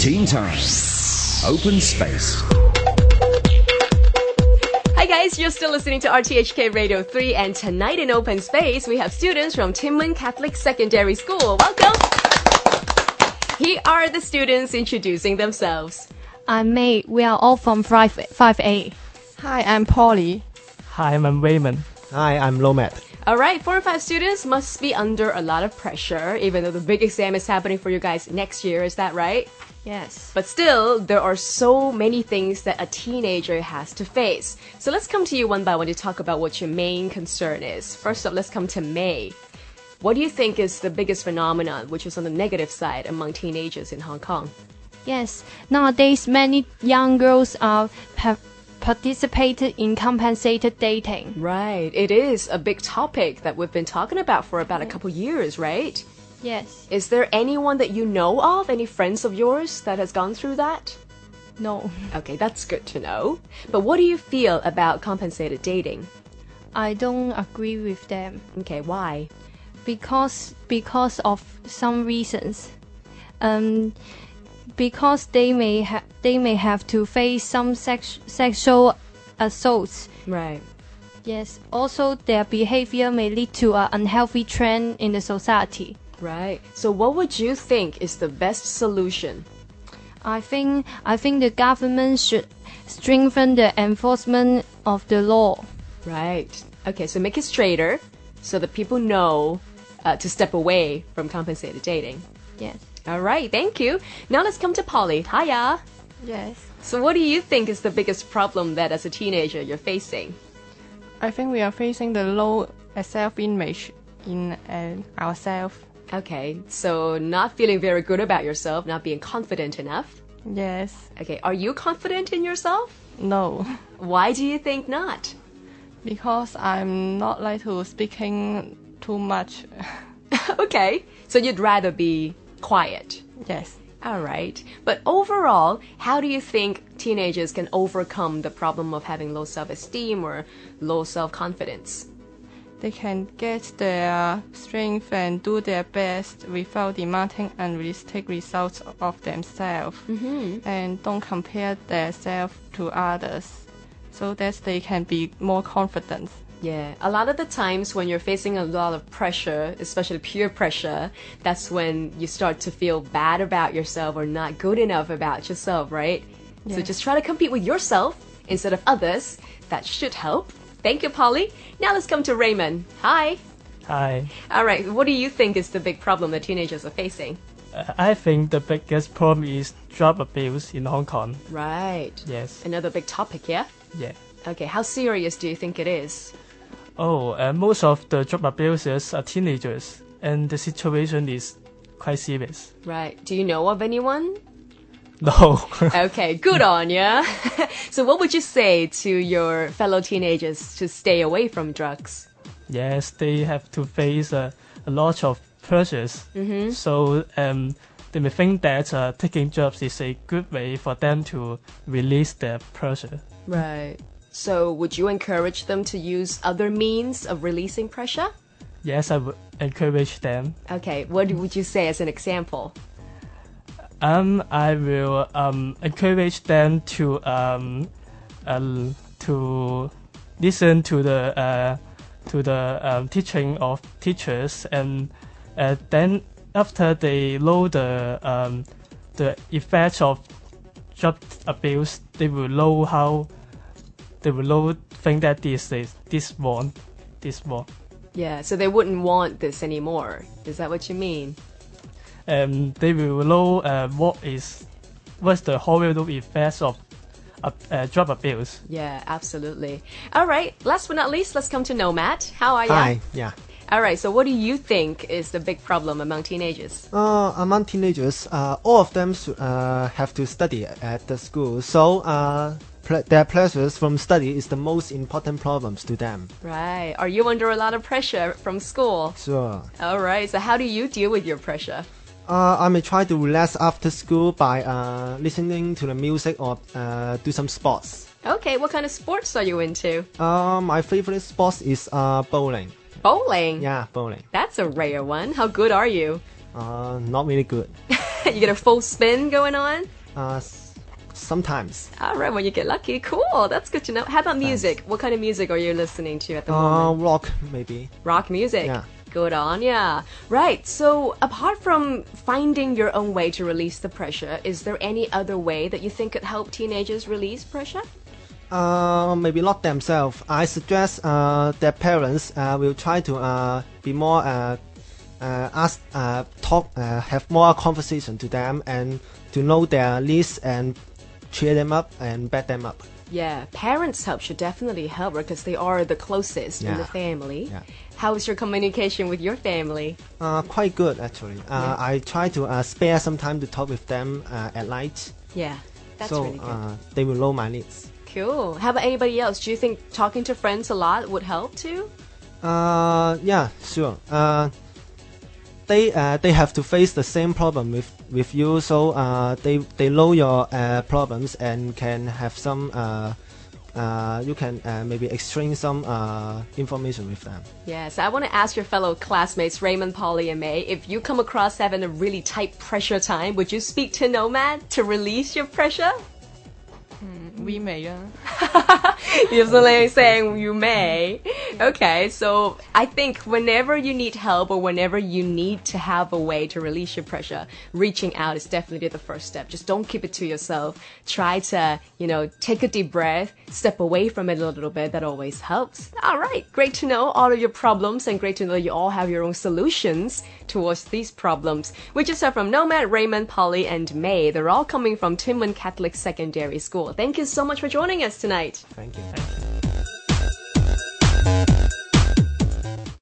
Teen Time. Open Space. Hi guys, you're still listening to RTHK Radio 3 and tonight in Open Space we have students from Timlin Catholic Secondary School. Welcome! Here are the students introducing themselves. I'm May. We are all from 5, 5A. Hi, I'm Polly. Hi, I'm Raymond. Hi, I'm Lomet. Alright, 4 and 5 students must be under a lot of pressure even though the big exam is happening for you guys next year, is that right? Yes. But still, there are so many things that a teenager has to face. So let's come to you one by one to talk about what your main concern is. First up, let's come to May. What do you think is the biggest phenomenon which is on the negative side among teenagers in Hong Kong? Yes. Nowadays, many young girls are pa- participated in compensated dating. Right, it is a big topic that we've been talking about for about a couple years, right? Yes. Is there anyone that you know of, any friends of yours that has gone through that? No. Okay, that's good to know. But what do you feel about compensated dating? I don't agree with them Okay, why? because because of some reasons. Um, because they may ha- they may have to face some sex- sexual assaults. Right. Yes. Also, their behavior may lead to an unhealthy trend in the society. Right. So, what would you think is the best solution? I think I think the government should strengthen the enforcement of the law. Right. Okay, so make it straighter so that people know uh, to step away from compensated dating. Yes. All right, thank you. Now let's come to Polly. Hiya. Yes. So, what do you think is the biggest problem that as a teenager you're facing? I think we are facing the low self-image in uh, ourselves. Okay, so not feeling very good about yourself, not being confident enough. Yes. Okay, are you confident in yourself? No. Why do you think not? Because I'm not like to speaking too much. okay, so you'd rather be quiet. yes. All right. But overall, how do you think teenagers can overcome the problem of having low self esteem or low self confidence? They can get their strength and do their best without demanding unrealistic results of themselves and don't compare themselves to others so that they can be more confident. Yeah, a lot of the times when you're facing a lot of pressure, especially peer pressure, that's when you start to feel bad about yourself or not good enough about yourself, right? So Yeah. just try to compete with yourself instead of others. That should help. Thank you, Polly. Now let's come to Raymond. Hi. Hi. All right, what do you think is the big problem that teenagers are facing? Uh, I think the biggest problem is drug abuse in Hong Kong. Right. Yes. Another big topic, yeah? Yeah. Okay, how serious do you think it is? Oh, uh, most of the drug abusers are teenagers, and the situation is quite serious. Right. Do you know of anyone? No. Okay, good on ya. so, what would you say to your fellow teenagers to stay away from drugs? yes, they have to face uh, a lot of pressures. Mm-hmm. So um, they may think that uh, taking drugs is a good way for them to release their pressure. Right. So, would you encourage them to use other means of releasing pressure? Yes, I would encourage them. Okay, what would you say as an example? Um, I will um, encourage them to um, uh, to listen to the uh, to the um, teaching of teachers, and uh, then after they know the um, the effects of drug abuse, they will know how they will know think that this is this one, this one. Yeah, so they wouldn't want this anymore. Is that what you mean? um, they will know uh, what is what's the horrible effects of uh, uh, drug abuse. Yeah, absolutely. All right, last but not least, let's come to Nomad. How are you? Hi. Yeah. All right, so what do you think is the big problem among teenagers? Uh, among teenagers, uh, all of them should, uh, have to study at the school, so uh, pl- their pressures from study is the most important problems to them. Right. Are you under a lot of pressure from school? Sure. All right, so how do you deal with your pressure? Uh, I may try to relax after school by uh, listening to the music or uh, do some sports. Okay, what kind of sports are you into? Uh, my favorite sports is uh, bowling. Bowling. Yeah, bowling. That's a rare one. How good are you? Uh, not really good. you get a full spin going on. Uh, s- sometimes. All right, when you get lucky, cool. That's good to know. How about music? What kind of music are you listening to at the Uh, moment? rock maybe. Rock music. yeah. Good on yeah. Right. So apart from finding your own way to release the pressure, is there any other way that you think could help teenagers release pressure? Uh, maybe not themselves. I suggest uh, their parents uh, will try to uh, be more uh, uh, ask, uh, talk, uh, have more conversation to them and to know their needs and cheer them up and back them up. Yeah, parents' help should definitely help because they are the closest in the Yeah. family. Yeah. How is your communication with your family? Uh, quite good actually. Uh, I try to uh, spare some time to talk with them uh, at night, Yeah, that's so really good. uh, they will know my needs. cool. How about anybody else? Do you think talking to friends a lot would help too? Uh, yeah, sure. Uh, they uh, they have to face the same problem with, with you, so uh, they they know your uh, problems and can have some. Uh, uh, you can uh, maybe exchange some uh, information with them. Yes, I want to ask your fellow classmates Raymond, Polly, and May if you come across having a really tight pressure time, would you speak to Nomad to release your pressure? 微微啊。 You're suddenly saying you may. Okay, so I think whenever you need help or whenever you need to have a way to release your pressure, reaching out is definitely the first step. Just don't keep it to yourself. Try to, you know, take a deep breath, step away from it a little bit. That always helps. All right, great to know all of your problems and great to know you all have your own solutions towards these problems. We just heard from Nomad, Raymond, Polly, and May. They're all coming from Timman Catholic Secondary School. Thank you so much for joining us tonight. Thank you. Thank you.